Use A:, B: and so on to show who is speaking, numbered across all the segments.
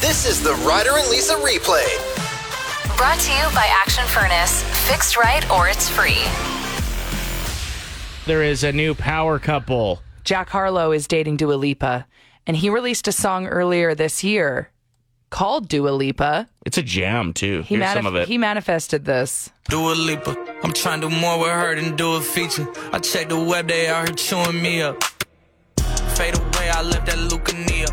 A: This is the Ryder and Lisa replay.
B: Brought to you by Action Furnace. Fixed right or it's free.
C: There is a new power couple.
D: Jack Harlow is dating Dua Lipa, and he released a song earlier this year called Dua Lipa.
C: It's a jam too.
D: He,
C: Here's
D: manif-
C: some of it.
D: he manifested this.
E: Do a leaper. I'm trying to do more with her than do a feature. I check the web, they out here chewing me up. Fade away, I left that leukemia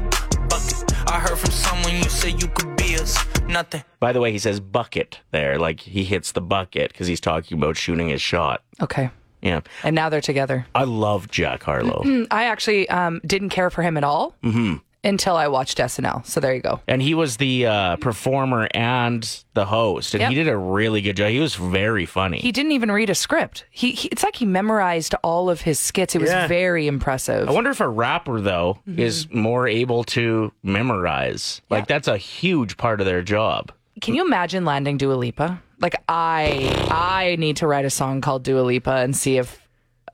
E: bucket. I heard from someone you said you could be us. Nothing.
C: By the way, he says bucket there, like he hits the bucket because he's talking about shooting his shot.
D: Okay.
C: Yeah,
D: And now they're together.
C: I love Jack Harlow,
D: I actually um, didn't care for him at all
C: Mm-hmm.
D: until I watched SNL. So there you go.
C: and he was the uh, performer and the host, and he
D: Yep.
C: did a really good job. He was very funny.
D: He didn't even read a script. He, he it's like he memorized all of his skits. It was
C: Yeah.
D: very impressive.
C: I wonder if a rapper though
D: Mm-hmm.
C: is more able to memorize. Like that's a huge part of their job.
D: Can you imagine landing Dua Lipa? Like I I need to write a song called Dua Lipa and see if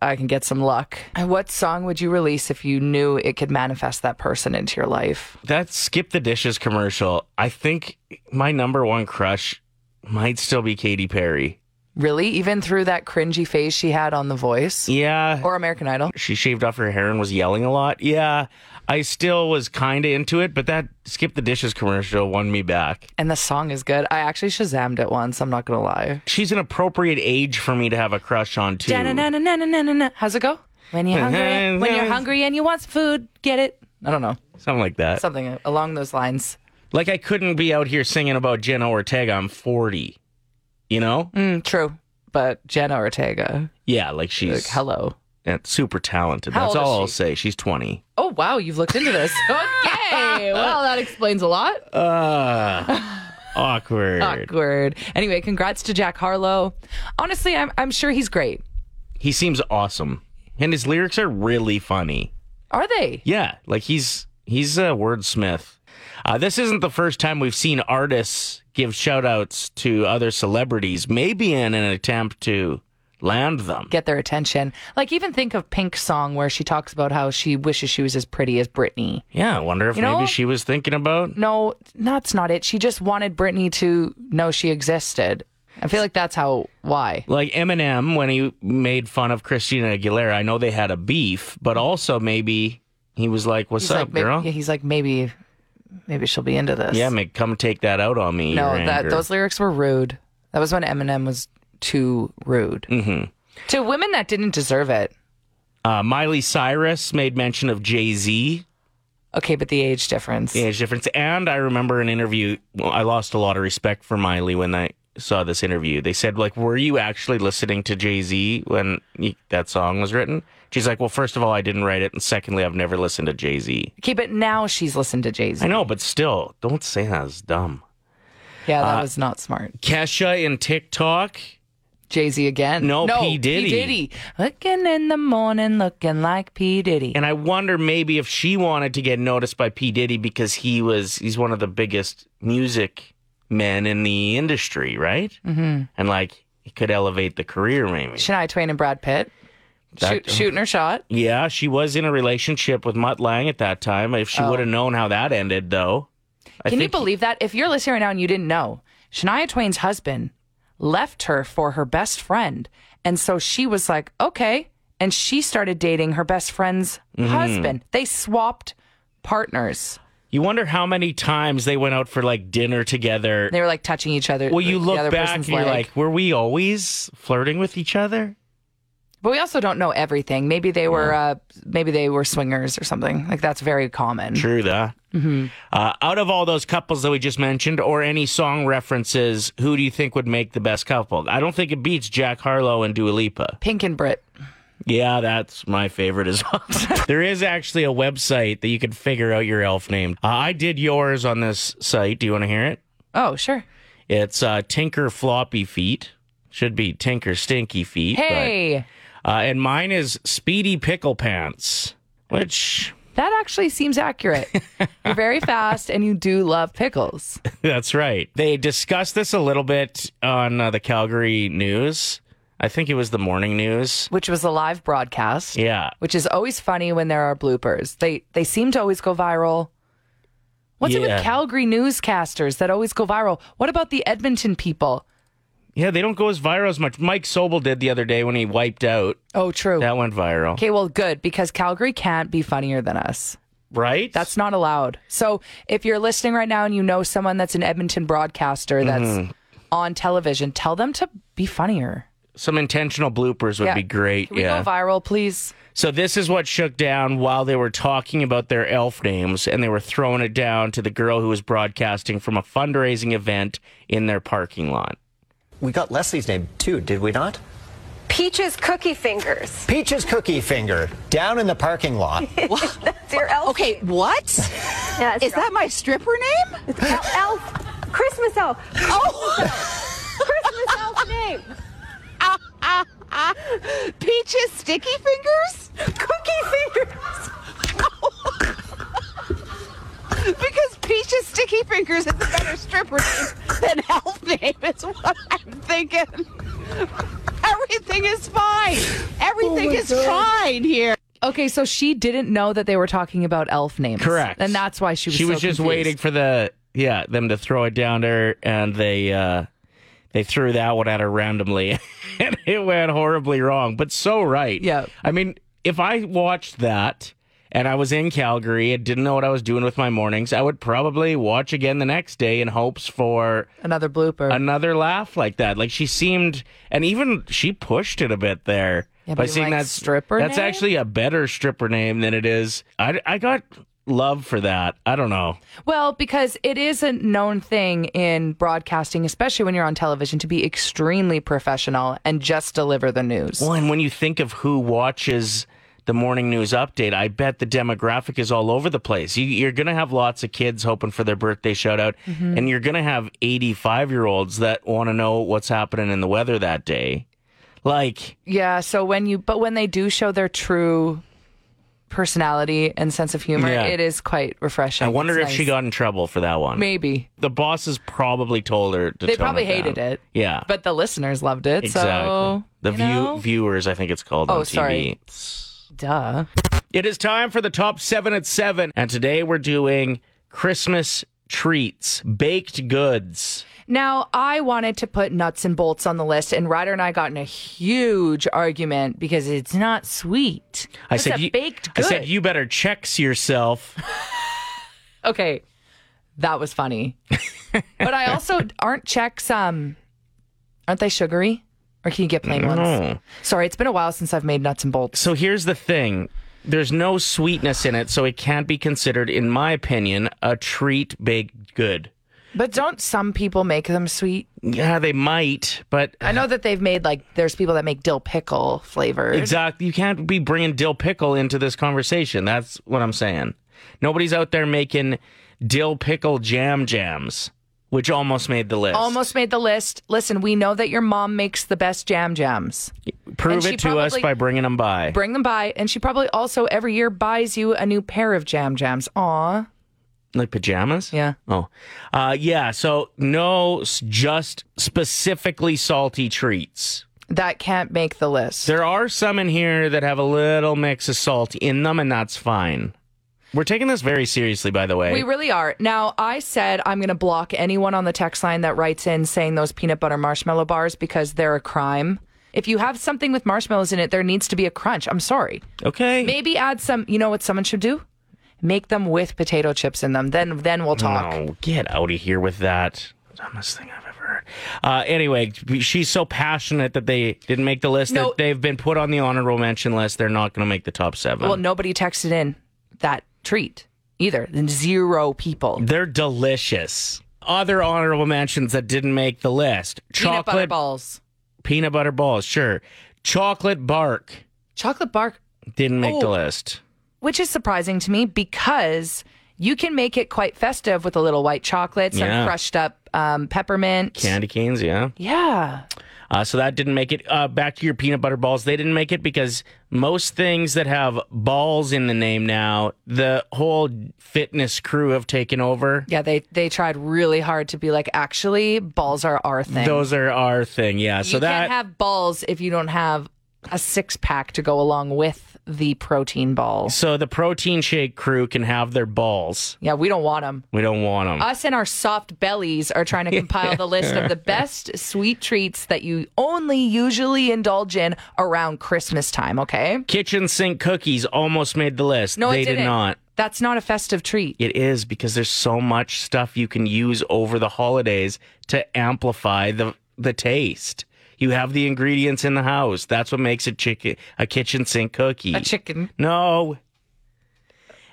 D: I can get some luck. And What song would you release if you knew it could manifest that person into your life?
C: That skip the dishes commercial. I think my number one crush might still be Katy Perry.
D: Really? Even through that cringy phase she had on The Voice
C: Yeah,
D: or American Idol?
C: she shaved off her hair and was yelling a lot. Yeah, I still was kind of into it, but that skip the dishes commercial won me back.
D: And the song is good. I actually Shazammed it once, I'm not gonna lie.
C: She's an appropriate age for me to have a crush on too.
D: Da-na-na-na-na-na-na-na. How's it go? When you're hungry, when you're hungry and you want some food, get it. I don't know.
C: Something like that.
D: Something along those lines.
C: Like I couldn't be out here singing about Jenna Ortega. I'm 40. You know?
D: Mm, true. But Jenna Ortega,
C: Yeah, like she's
D: like, hello.
C: uh, super talented.
D: How
C: That's
D: old is
C: all I'll
D: she?
C: say. She's 20.
D: Oh wow, you've looked into this. okay, well that explains a lot.
C: Uh, awkward.
D: Awkward. Anyway, congrats to Jack Harlow. Honestly, I'm I'm sure he's great.
C: He seems awesome. And his lyrics are really funny.
D: Are they?
C: Yeah, like he's he's a wordsmith. Uh, this isn't the first time we've seen artists give shout outs to other celebrities, maybe in an attempt to land them.
D: Get their attention. Like even think of Pink's song where she talks about how she wishes she was as pretty as Britney.
C: Yeah, I wonder if
D: You know-
C: maybe she was thinking about
D: No, that's not it. She just wanted Britney to know she existed. I feel like that's how why.
C: like Eminem when he made fun of Christina Aguilera. I know they had a beef, but also maybe he was like, "What's
D: He's
C: up,
D: like maybe,
C: girl?
D: yeah, he's like maybe maybe she'll be into this.
C: yeah, man, come take that out on me."
D: No,
C: your
D: that
C: anger."
D: those lyrics were rude. That was when Eminem was too rude
C: Mm-hmm.
D: to women that didn't deserve it.
C: Uh, Miley Cyrus made mention of Jay Z.
D: Okay, but the age difference.
C: the age difference. And I remember an interview. Well, I lost a lot of respect for Miley when I saw this interview. They said, like, were you actually listening to Jay Z when y- that song was written? She's like, well, first of all, I didn't write it, and secondly, I've never listened to Jay Z.
D: Okay, but now she's listened to Jay
C: I
D: Z.
C: know, but still, don't say that's dumb.
D: Yeah,
C: uh,
D: that was not smart.
C: Kesha in TikTok.
D: Jay Z again.
C: No,
D: no,
C: P. Diddy.
D: P Diddy. Looking in the morning, looking like P Diddy.
C: And I wonder maybe if she wanted to get noticed by P. Diddy because he was, he's one of the biggest music men in the industry, right? Mm-hmm. And like, he could elevate the career maybe.
D: Shania Twain and Brad Pitt.
C: That-
D: Shoot, shooting her shot.
C: Yeah, she was in a relationship with Mutt Lang at that time. If she would have known how that ended, though, I
D: Oh. Can you
C: think-
D: believe that? If you're listening right now and you didn't know, Shania Twain's husband left her for her best friend. And so she was like, okay. And she started dating her best friend's
C: Mm-hmm.
D: husband. They swapped partners.
C: you wonder how many times they went out for like dinner together.
D: They were like touching each other.
C: Well, you
D: the
C: look
D: other
C: back and
D: person's
C: you're
D: leg.
C: like, were we always flirting with each other?
D: But we also don't know everything. Maybe they were uh, maybe they were swingers or something. Like that's very common.
C: True that.
D: Mm-hmm.
C: Uh, out of all those couples that we just mentioned, or any song references, who do you think would make the best couple? I don't think it beats Jack Harlow and Dua Lipa.
D: Pink and Brit.
C: Yeah, that's my favorite as well. there is actually a website that you can figure out your elf name. Uh, I did yours on this site. Do you want to hear it?
D: Oh, sure.
C: It's uh, Tinker Floppy Feet. Should be Tinker Stinky Feet. but-
D: Hey,
C: uh, and mine is Speedy Pickle Pants, which
D: that actually seems accurate. You're very fast and you do love pickles.
C: that's right. They discussed this a little bit on uh, the Calgary News. I think it was the morning news.
D: Which was a live broadcast.
C: Yeah.
D: Which is always funny when there are bloopers. They they seem to always go viral. What's it
C: Yeah.
D: with Calgary newscasters that always go viral? What about the Edmonton people?
C: Yeah, they don't go as viral as much. Mike Sobel did the other day when he wiped out.
D: Oh, true.
C: That went viral.
D: Okay, well, good because Calgary can't be funnier than us.
C: Right?
D: That's not allowed. So if you're listening right now and you know someone that's an Edmonton broadcaster that's
C: Mm-hmm.
D: on television, tell them to be funnier.
C: some intentional bloopers would
D: Yeah.
C: be great.
D: Can we
C: yeah.
D: go viral, please?
C: So this is what shook down while they were talking about their elf names and they were throwing it down to the girl who was broadcasting from a fundraising event in their parking lot.
F: We got Leslie's name too, did we not?
G: Peaches cookie fingers.
F: Peaches Cookie Finger down in the parking lot.
G: It's your elf.
H: Okay, what?
G: Yeah, it's
H: Is
G: your
H: that my stripper name?
G: el- elf? Christmas elf. Oh, Christmas elf name.
H: Peaches Sticky Fingers?
G: Cookie fingers.
H: Because Peaches Sticky Fingers is a better stripper name than health name, is what I'm thinking. Everything is fine.
G: Oh
H: Everything is fine here.
D: Okay, so she didn't know that they were talking about elf names.
C: Correct.
D: And that's why she was
C: She
D: so
C: was just
D: confused.
C: waiting for the yeah, them to throw it down to her and they uh they threw that one at her randomly and it went horribly wrong, but so right.
D: Yeah.
C: I mean, if I watched that and I was in Calgary and didn't know what I was doing with my mornings, I would probably watch again the next day in hopes for
D: another blooper.
C: another laugh like that. Like she seemed, and even she pushed it a bit there
D: Yeah,
C: by
D: being
C: saying
D: like,
C: that
D: "Stripper
C: That's
D: name?"
C: actually a better stripper name than it is. I I got love for that. I don't know.
D: well, because it is a known thing in broadcasting, especially when you're on television, to be extremely professional and just deliver the news.
C: Well, and when you think of who watches the morning news update, I bet the demographic is all over the place. You, you're going to have lots of kids hoping for their birthday shout out,
D: Mm-hmm.
C: and you're going to have 85 year olds that want to know what's happening in the weather that day. Like,
D: Yeah, so when you but when they do show their true personality and sense of humor,
C: Yeah.
D: it is quite refreshing.
C: I wonder if
D: It's
C: she
D: nice.
C: got in trouble for that one.
D: maybe.
C: the bosses probably told her to
D: They
C: tone
D: probably
C: down.
D: hated it.
C: Yeah.
D: But the listeners loved it.
C: exactly.
D: So
C: the
D: you
C: view
D: know?
C: viewers, I think it's called
D: Oh,
C: on TV.
D: sorry. duh.
C: It is time for the top seven at seven. And today we're doing Christmas treats, baked goods.
D: Now, I wanted to put nuts and bolts on the list, and Ryder and I got in a huge argument because it's not sweet.
C: I
D: It's
C: said
D: a
C: you,
D: baked
C: I
D: good.
C: said you better checks yourself.
D: okay, that was funny. but I also aren't checks. Um, aren't they sugary? Or can you get plain ones? Sorry, it's been a while since I've made nuts and bolts.
C: Oh. So here's the thing. There's no sweetness in it, so it can't be considered, in my opinion, a treat baked good.
D: But don't some people make them sweet?
C: Yeah, they might, but
D: I know that they've made like there's people that make dill pickle flavored.
C: Exactly. You can't be bringing dill pickle into this conversation. That's what I'm saying. Nobody's out there making dill pickle jam jams, which almost made the list.
D: Almost made the list. Listen, we know that your mom makes the best jam jams. and
C: Prove
D: she
C: it to us
D: probably-
C: by bringing them by.
D: Bring them by, and she probably also every year buys you a new pair of jam jams. Aw,
C: like pajamas?
D: Yeah.
C: Oh. Uh, yeah. So no, s- just specifically salty treats.
D: that can't make the list.
C: There are some in here that have a little mix of salt in them, and that's fine. We're taking this very seriously, by the way.
D: We really are. Now, I said I'm going to block anyone on the text line that writes in saying those peanut butter marshmallow bars because they're a crime. If you have something with marshmallows in it, there needs to be a crunch. I'm sorry.
C: okay.
D: Maybe add some. You know what someone should do? Make them with potato chips in them. Then then we'll talk.
C: No, get out of here with that. Dumbest thing I've ever heard. Uh, anyway, she's so passionate that they didn't make the list.
D: No.
C: That they've been put on the honorable mention list. They're not going to make the top seven.
D: Well, nobody texted in that treat either. Then zero people.
C: They're delicious. Other honorable mentions that didn't make the list:
D: Peanut butter
C: chocolate
D: balls.
C: peanut butter balls. Sure, chocolate bark
D: Chocolate bark,
C: didn't make the
D: Oh.
C: list.
D: which is surprising to me because you can make it quite festive with a little white chocolate, some
C: Yeah.
D: crushed up um, peppermint.
C: Candy canes, yeah.
D: Yeah.
C: Uh, so that didn't make it. Uh, back to your peanut butter balls. They didn't make it because most things that have balls in the name now, the whole fitness crew have taken over.
D: Yeah, they they tried really hard to be like, actually, balls are our thing.
C: Those are our thing. Yeah.
D: you
C: so that
D: can't have balls if you don't have a six pack to go along with the protein ball.
C: So the protein shake crew can have their balls.
D: Yeah, we don't want them.
C: We don't want them.
D: Us and our soft bellies are trying to compile the list of the best sweet treats that you only usually indulge in around Christmas time, okay?
C: Kitchen sink cookies almost made the list.
D: No,
C: they
D: it didn't.
C: did not.
D: That's not a festive treat.
C: It is because there's so much stuff you can use over the holidays to amplify the the taste. You have the ingredients in the house. That's what makes a chicken a kitchen sink cookie.
D: A chicken.
C: No.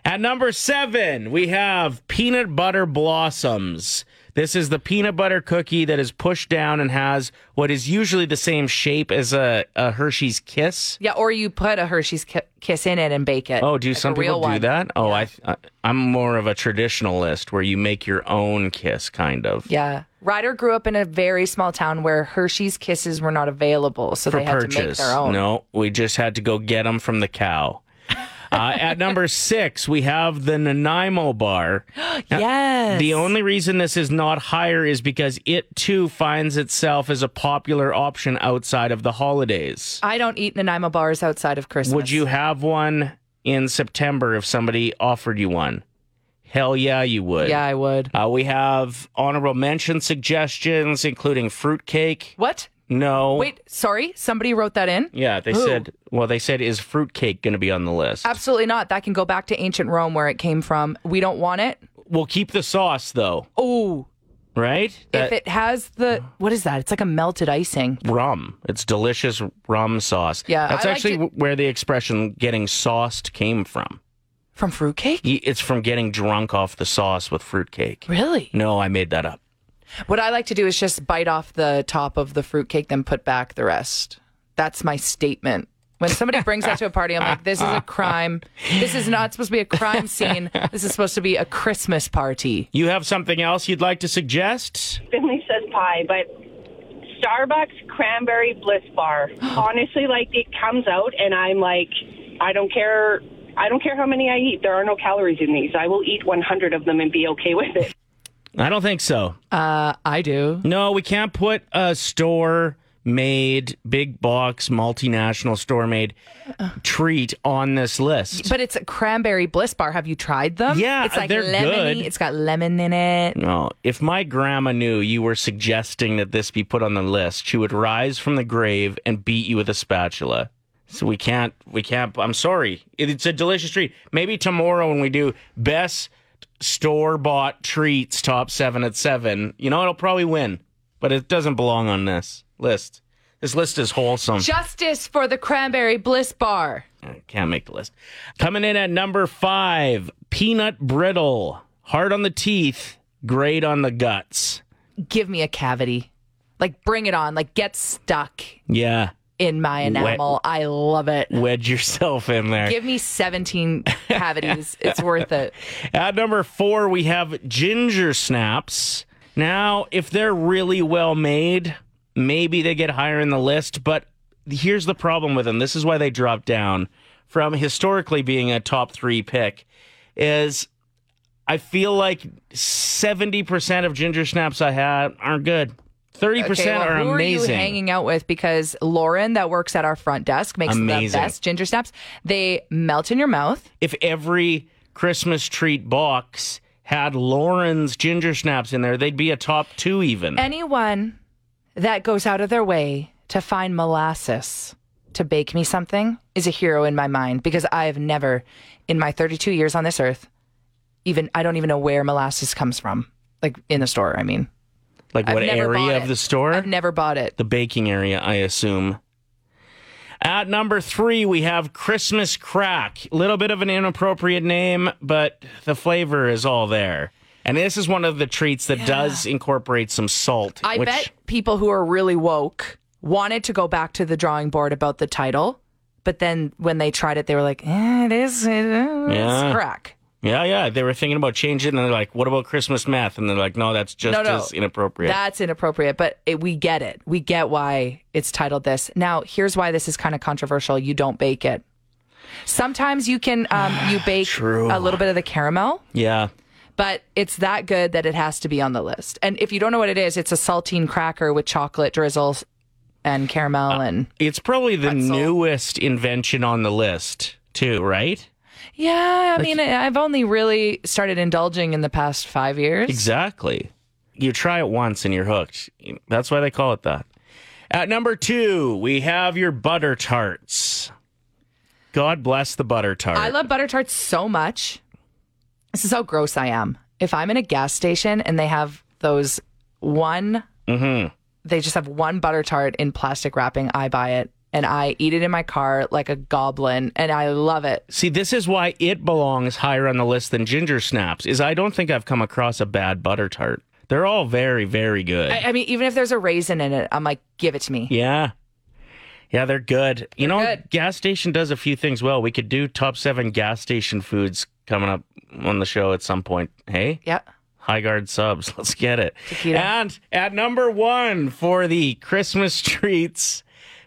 C: At number seven, we have peanut butter blossoms. This is the peanut butter cookie that is pushed down and has what is usually the same shape as a, a Hershey's Kiss.
D: Yeah, or you put a Hershey's ki- kiss in it and bake it.
C: Oh, do
D: Like a
C: some people
D: real
C: do
D: one.
C: that? Oh, I, I I'm more of a traditionalist where you make your own kiss, kind of.
D: Yeah. Ryder grew up in a very small town where Hershey's kisses were not available, so
C: for
D: they had
C: purchase.
D: to make their own.
C: No, we just had to go get them from the cow. Uh, at number six, we have the Nanaimo bar.
D: Yes.
C: The only reason this is not higher is because it too finds itself as a popular option outside of the holidays.
D: I don't eat Nanaimo bars outside of Uh, Christmas.
C: Would you have one in September if somebody offered you one? Hell yeah, you would.
D: Yeah, I would.
C: Uh, we have honorable mention suggestions, including fruitcake.
D: What?
C: No.
D: Wait, sorry. Somebody wrote that in?
C: Oh. Yeah, they
D: Who?
C: said. Well, they said is fruitcake going to be on the list?
D: Absolutely not. That can go back to ancient Rome where it came from. We don't want it.
C: We'll keep the sauce though,
D: Oh,
C: right?
D: if it has the what is that? It's like a melted icing.
C: rum. It's delicious rum sauce.
D: Yeah,
C: that's
D: I liked
C: actually
D: it-
C: w- where the expression "getting sauced" came from.
D: From fruitcake?
C: Y- It's from getting drunk off the sauce with fruitcake.
D: Really?
C: No, I made that up.
D: What I like to do is just bite off the top of the fruitcake, then put back the rest. That's my statement. When somebody brings that to a party, I'm like, this is a crime. This is not supposed to be a crime scene. This is supposed to be a Christmas party.
C: You have something else you'd like to suggest?
I: Finley says pie, but Starbucks cranberry bliss bar. Honestly, like it comes out, and I'm like, I don't care. I don't care how many I eat. There are no calories in these. I will eat 100 of them and be okay with it.
C: I don't think so.
D: I do.
C: No, we can't put a store made, big box, multinational store made treat on this list.
D: But it's a cranberry bliss bar. Have you tried them?
C: Yeah,
D: it's like
C: they're
D: lemony.
C: good.
D: It's got lemon in it.
C: No, if my grandma knew you were suggesting that this be put on the list, she would rise from the grave and beat you with a spatula. So we can't, we can't. I'm sorry. It- It's a delicious treat. Maybe tomorrow when we do best store bought treats top seven at seven, you know, it'll probably win, but it doesn't belong on this list. This list is wholesome.
D: Justice for the cranberry bliss bar.
C: I can't make the list. Coming in at number five, peanut brittle. Hard on the teeth, great on the guts.
D: Give me a cavity. Like bring it on. Like get stuck
C: Yeah.
D: in my enamel. I love it.
C: wedge yourself in there.
D: Give me 17 cavities. it's worth it.
C: At number four, we have ginger snaps. Now, if they're really well made, maybe they get higher in the list, but here's the problem with them. This is why they dropped down from historically being a top three pick is I feel like 70% of ginger snaps I had aren't good. 30%
D: well,
C: are
D: who
C: amazing.
D: are you hanging out with? Because Lauren, that works at our front desk, makes
C: Amazing.
D: the best ginger snaps. They melt in your mouth.
C: if every Christmas treat box had Lauren's ginger snaps in there, they'd be a top two even.
D: Anyone that goes out of their way to find molasses to bake me something is a hero in my mind because I have never, in my 32 years on this earth, even I don't even know where molasses comes from. Like in the store, I mean.
C: like
D: I've
C: what
D: never bought
C: area
D: it.
C: of the store?
D: I've never bought it.
C: the baking area, I assume. At number three, we have Christmas Crack. Little bit of an inappropriate name, but the flavor is all there. And this is one of the treats that does incorporate some salt.
D: I
C: which
D: bet people who are really woke wanted to go back to the drawing board about the title, but then when they tried it, they were like, eh, "It is, it is
C: Yeah.
D: crack."
C: Yeah, yeah. They were thinking about changing it and they're like, what about Christmas meth? And they're like, no, that's just
D: No, no.
C: as inappropriate.
D: That's inappropriate, but it, we get it. We get why it's titled this. Now, here's why this is kind of controversial. You don't bake it. Sometimes you can um, you bake
C: True.
D: a little bit of the caramel,
C: yeah.
D: but it's that good that it has to be on the list. And if you don't know what it is, it's a saltine cracker with chocolate drizzles and caramel and
C: Uh, It's probably the newest invention on the list. too, right?
D: Yeah, I mean, I've only really started indulging in the past five years.
C: Exactly. You try it once and you're hooked. That's why they call it that. At number two, we have your butter tarts. God bless the butter tart.
D: I love butter tarts so much. This is how gross I am. If I'm in a gas station and they have those one,
C: Mm-hmm.
D: they just have one butter tart in plastic wrapping, I buy it and I eat it in my car like a goblin and I love it.
C: See, this is why it belongs higher on the list than ginger snaps. Is I don't think I've come across a bad butter tart. They're all very, very good.
D: I, I mean, even if there's a raisin in it, I'm like, give it to me.
C: yeah. Yeah, they're good. You know,
D: good.
C: gas station does a few things well. We could do top seven gas station foods coming up on the show at some point. Hey?
D: Yeah.
C: High guard subs. Let's get it.
D: Tequila.
C: And at number one for the Christmas treats,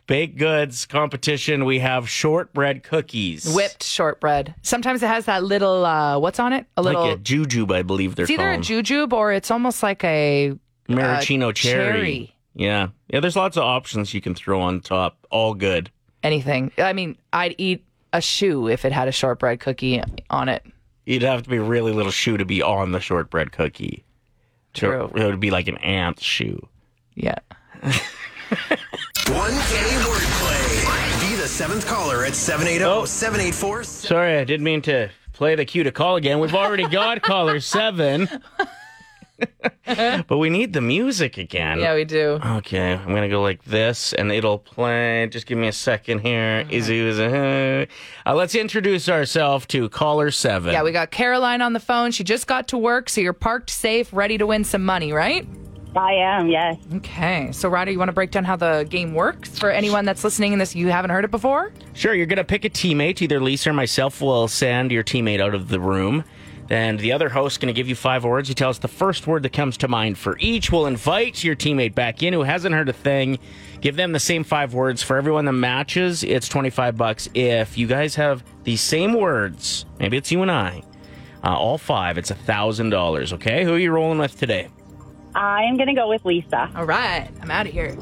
C: baked goods competition, we have shortbread cookies.
D: Whipped shortbread. Sometimes it has that little, uh, what's on it? A little.
C: Like a jujube, I believe they're
D: it's either a
C: called.
D: jujube or it's almost like a.
C: Maraschino
D: uh,
C: cherry.
D: cherry.
C: Yeah. Yeah, there's lots of options you can throw on top. All good.
D: anything. I mean, I'd eat a shoe if it had a shortbread cookie on it.
C: You'd have to be a really little shoe to be on the shortbread cookie.
D: True.
C: It would be like an ant shoe.
D: Yeah.
A: 1K wordplay. Be the seventh caller at oh, 780 784
C: Sorry, I didn't mean to play the cue to call again. We've already got caller seven. but we need the music again.
D: Yeah, we do.
C: Okay, I'm gonna go like this, and it'll play. Just give me a second here.
D: Mm-hmm.
C: Izzy was a. Uh, let's introduce ourselves to caller seven.
D: Yeah, we got Caroline on the phone. She just got to work, so you're parked safe, ready to win some money, right?
I: I am, yes.
D: Okay. So, Ryder, you want to break down how the game works for anyone that's listening in this? You haven't heard it before?
C: Sure, you're going to pick a teammate. Either Lisa or myself will send your teammate out of the room. And the other host's going to give you five words. You tell us the first word that comes to mind for each. We'll invite your teammate back in who hasn't heard a thing. Give them the same five words. For everyone that matches, it's 25 bucks. If you guys have the same words, maybe it's you and I, uh, all five, it's a $1,000, okay? Who are you rolling with today?
I: I am going to go with Lisa.
D: All right. I'm out of here.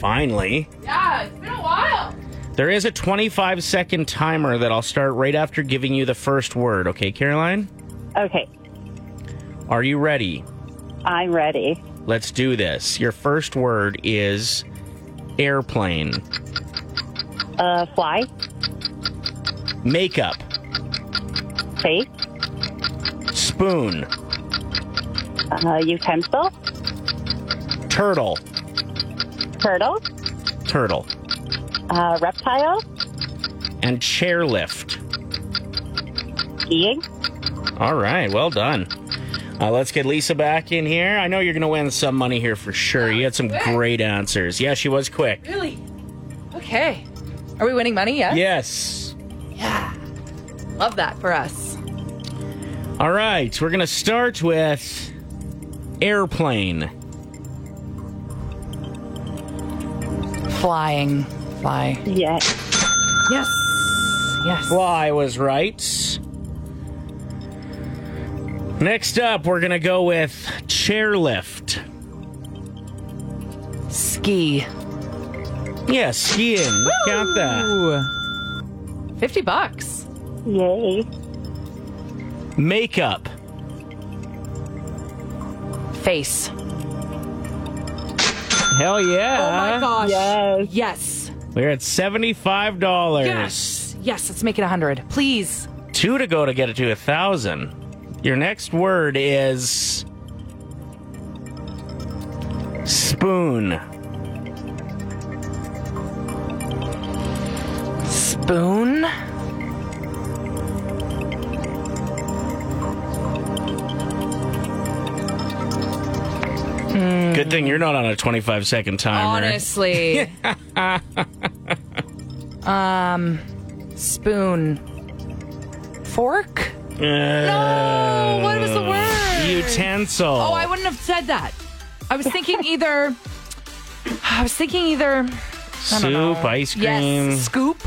C: Finally.
D: Yeah, it's been a while.
C: There is a 25 second timer that I'll start right after giving you the first word, okay, Caroline?
I: Okay,
C: Are you ready?
I: I'm ready.
C: Let's do this. Your first word is airplane,
I: Uh, fly,
C: makeup,
I: face,
C: spoon,
I: uh, utensil,
C: turtle,
I: turtle,
C: turtle,
I: uh, reptile,
C: and chairlift.
I: skiing.
C: All right, well done. Uh, let's get Lisa back in here. I know you're going to win some money here for sure. You had some great answers. Yeah, she was quick.
D: Really? Okay. Are we winning money? Yeah.
C: Yes.
D: Love that for us.
C: All right, we're going to start with airplane.
D: Flying. Fly.
I: Yes.
D: Yes. Yes.
C: Fly was right. Next up, we're going to go with chairlift.
D: Ski.
C: Yeah, skiing. We Count that.
D: Ooh. 50 bucks.
I: Yay.
C: Makeup.
D: Face.
C: Hell yeah.
D: Oh gosh.
I: Yes.
D: Yes.
C: We're at $75.
D: Yes. Yes, let's make it 100. Please.
C: Two to go to get it to a 1000 Your next word is spoon.
D: Spoon.
C: Good thing you're not on a 25 second timer.
D: Honestly. um spoon. Fork?
C: Uh, no,
D: what was the word?
C: Utensil.
D: Oh, I wouldn't have said that. I was thinking either I was thinking either
C: Soup, ice cream.
D: yes, scoop.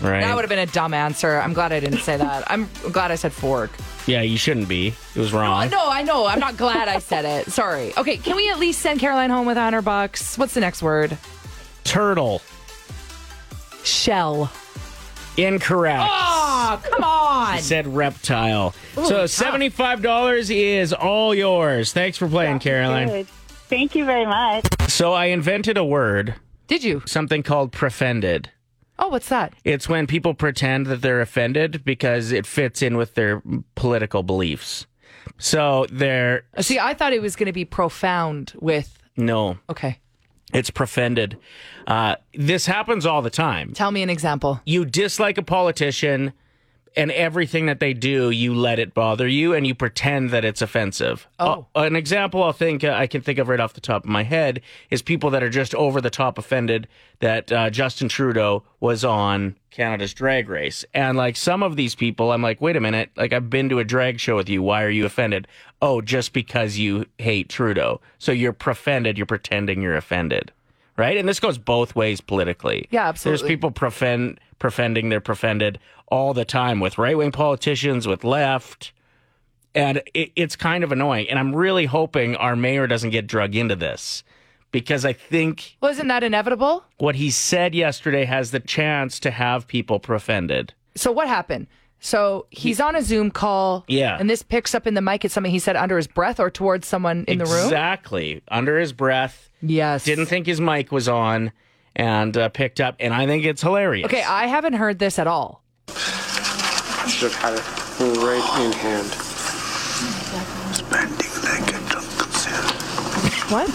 C: Right.
D: That would have been a dumb answer. I'm glad I didn't say that. I'm glad I said fork.
C: Yeah, you shouldn't be. It was wrong.
D: No, I know. I'm not glad I said it. Sorry. Okay, can we at least send Caroline home with 100 bucks? What's the next word?
C: Turtle.
D: Shell.
C: Incorrect.
D: Ah,
H: Oh, come on.
C: Said reptile. so seventy-five dollars is all yours. Thanks for playing, Caroline.
J: Thank you very much.
C: So I invented a word,
D: Did you?
C: something called prefended.
D: Oh, what's that?
C: It's when people pretend that they're offended because it fits in with their political beliefs. So they're
D: See, I thought it was going to be profound with.
C: no,
D: Okay.
C: it's prefended. Uh, this happens all the time.
D: Tell me an example.
C: You dislike a politician, and everything that they do, you let it bother you, and you pretend that it's offensive.
D: Oh.
C: Uh, an example I'll think uh, I can think of right off the top of my head is people that are just over the top offended that uh, Justin Trudeau was on Canada's Drag Race, and like some of these people, I'm like, wait a minute, like I've been to a drag show with you. Why are you offended? Oh, just because you hate Trudeau, so you're offended. You're pretending you're offended. Right, and this goes both ways politically.
D: Yeah,
C: There's
D: absolutely.
C: people profend, profending, they're profended all the time with right wing politicians, with left and it, it's kind of annoying. And I'm really hoping our mayor doesn't get drug into this because I think
D: Wasn't that inevitable?
C: what he said yesterday has the chance to have people offended.
D: So what happened? So he's on a Zoom call.
C: Yeah.
D: And this picks up in the mic. It's something he said under his breath or towards someone in the room.
C: Exactly. Under his breath.
D: Yes.
C: Didn't think his mic was on and uh, picked up. And I think it's hilarious.
D: Okay, I haven't heard this at all.
K: should have had it right in hand.
A: Spending like a drunken sailor.
D: What?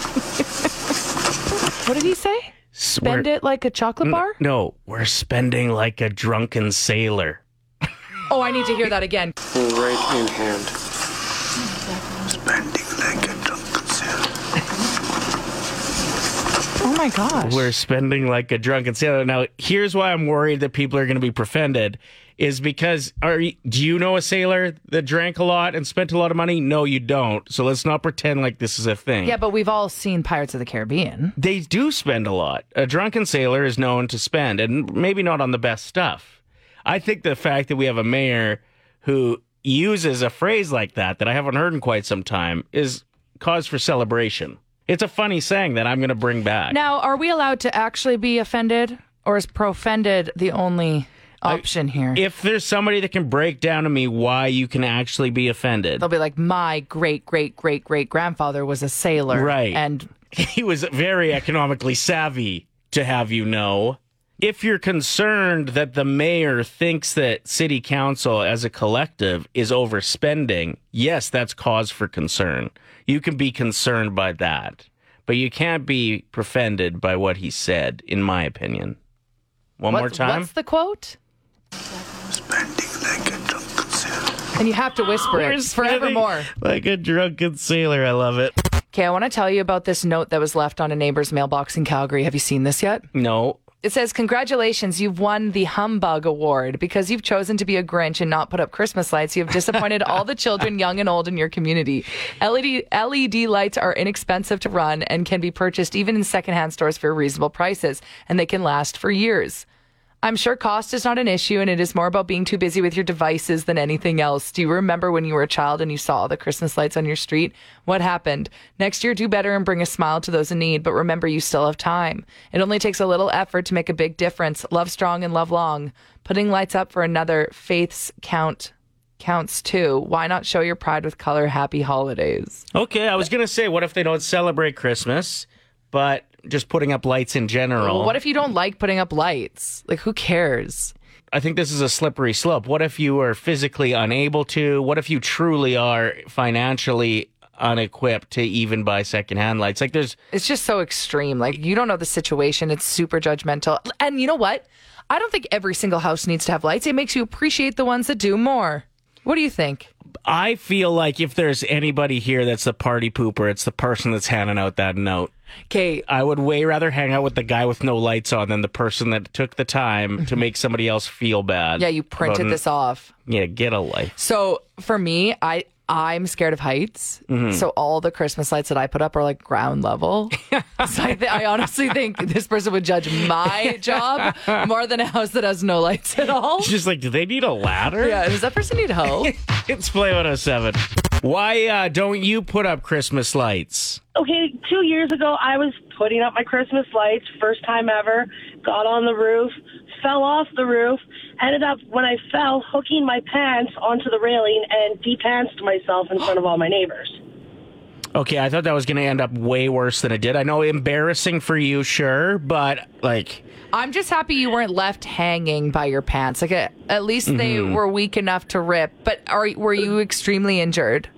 D: what did he say? Spend it like a chocolate bar?
C: No, we're spending like a drunken sailor.
D: Oh, I need to hear that again.
K: Right in hand.
A: Spending like a drunken sailor.
D: Oh my gosh.
C: We're spending like a drunken sailor. Now, here's why I'm worried that people are going to be offended is because are you, do you know a sailor that drank a lot and spent a lot of money? No, you don't. So let's not pretend like this is a thing.
D: yeah, but we've all seen Pirates of the Caribbean.
C: They do spend a lot. A drunken sailor is known to spend and maybe not on the best stuff. I think the fact that we have a mayor who uses a phrase like that that I haven't heard in quite some time is cause for celebration. It's a funny saying that I'm going to bring back.
D: Now, are we allowed to actually be offended? Or is profended the only option here?
C: if there's somebody that can break down to me why you can actually be offended.
D: They'll be like, my great, great, great, great grandfather was a sailor.
C: Right.
D: And
C: He was very economically savvy to have you know. If you're concerned that the mayor thinks that city council as a collective is overspending, yes, that's cause for concern. You can be concerned by that, but you can't be offended by what he said, in my opinion. One more
D: what's-
C: time.
D: What's the quote?
A: Spending like a drunken sailor.
D: And you have to whisper
C: We're
D: it forevermore.
C: spinning Like a drunken sailor. I love it.
D: Okay, I want to tell you about this note that was left on a neighbor's mailbox in Calgary. Have you seen this yet?
C: No,
D: It says, Congratulations, you've won the Humbug Award. Because you've chosen to be a Grinch and not put up Christmas lights, you have disappointed all the children, young and old, in your community. E LED, LED lights are inexpensive to run and can be purchased even in secondhand stores for reasonable prices, and they can last for years. I'm sure cost is not an issue, and it is more about being too busy with your devices than anything else. Do you remember when you were a child and you saw all the Christmas lights on your street? What happened? Next year, do better and bring a smile to those in need, but remember you still have time. It only takes a little effort to make a big difference. Love strong and love long. Putting lights up for another faith's count counts too. Why not show your pride with color? Happy holidays.
C: Okay, I was gonna say, what if they don't celebrate Christmas, but just putting up lights in general?
D: What if you don't like putting up lights? Like, who cares?
C: I think this is a slippery slope? What if you are physically unable to? What if you truly are financially unequipped to even buy secondhand lights? Like, there's
D: It's just so extreme. Like you don't know the situation. It's super judgmental. And you know what? I don't think every single house needs to have lights. It makes you appreciate the ones that do more. What do you think?
C: I feel like if there's anybody here that's the party pooper, it's the person that's handing out that note.
D: Okay,
C: I would way rather hang out with the guy with no lights on than the person that took the time to make somebody else feel bad.
D: Mm-hmm. yeah, you printed
C: about-
D: this off.
C: Yeah, get a light.
D: So for me, I I'm scared of heights. So all the Christmas lights that I put up are like ground level. so I, th- I honestly think this person would judge my job more than a house that has no lights at all.
C: She's like, do they need a ladder? oh
D: Yeah, does that person need help?
C: It's Play 107. Why uh, don't you put up Christmas lights?
I: Okay, two years ago, I was putting up my Christmas lights, first time ever. Got on the roof, fell off the roof, ended up, when I fell, hooking my pants onto the railing and de-pantsed myself in front of all my neighbors.
C: Okay, I thought that was going to end up way worse than it did. I know embarrassing for you, sure, but like
D: I'm just happy you weren't left hanging by your pants. Like at, at least they
C: Mhm.
D: were weak enough to rip. But are were you extremely injured?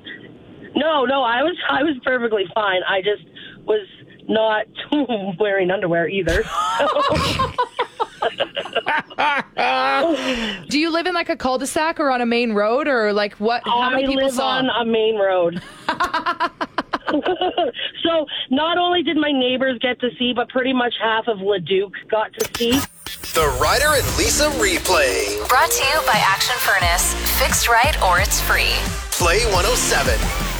I: No, no, I was I was perfectly fine. I just was not wearing underwear either.
C: Uh,
D: Do you live in like a cul-de-sac or on a main road or like what? How many
I: Oh, I
D: people
I: live
D: saw?
I: on a main road. so not only did my neighbors get to see, but pretty much half of Leduc got to see.
A: The Ryder and Lisa replay. oh
B: Brought to you by Action Furnace. Fixed right or it's free.
A: Play 107.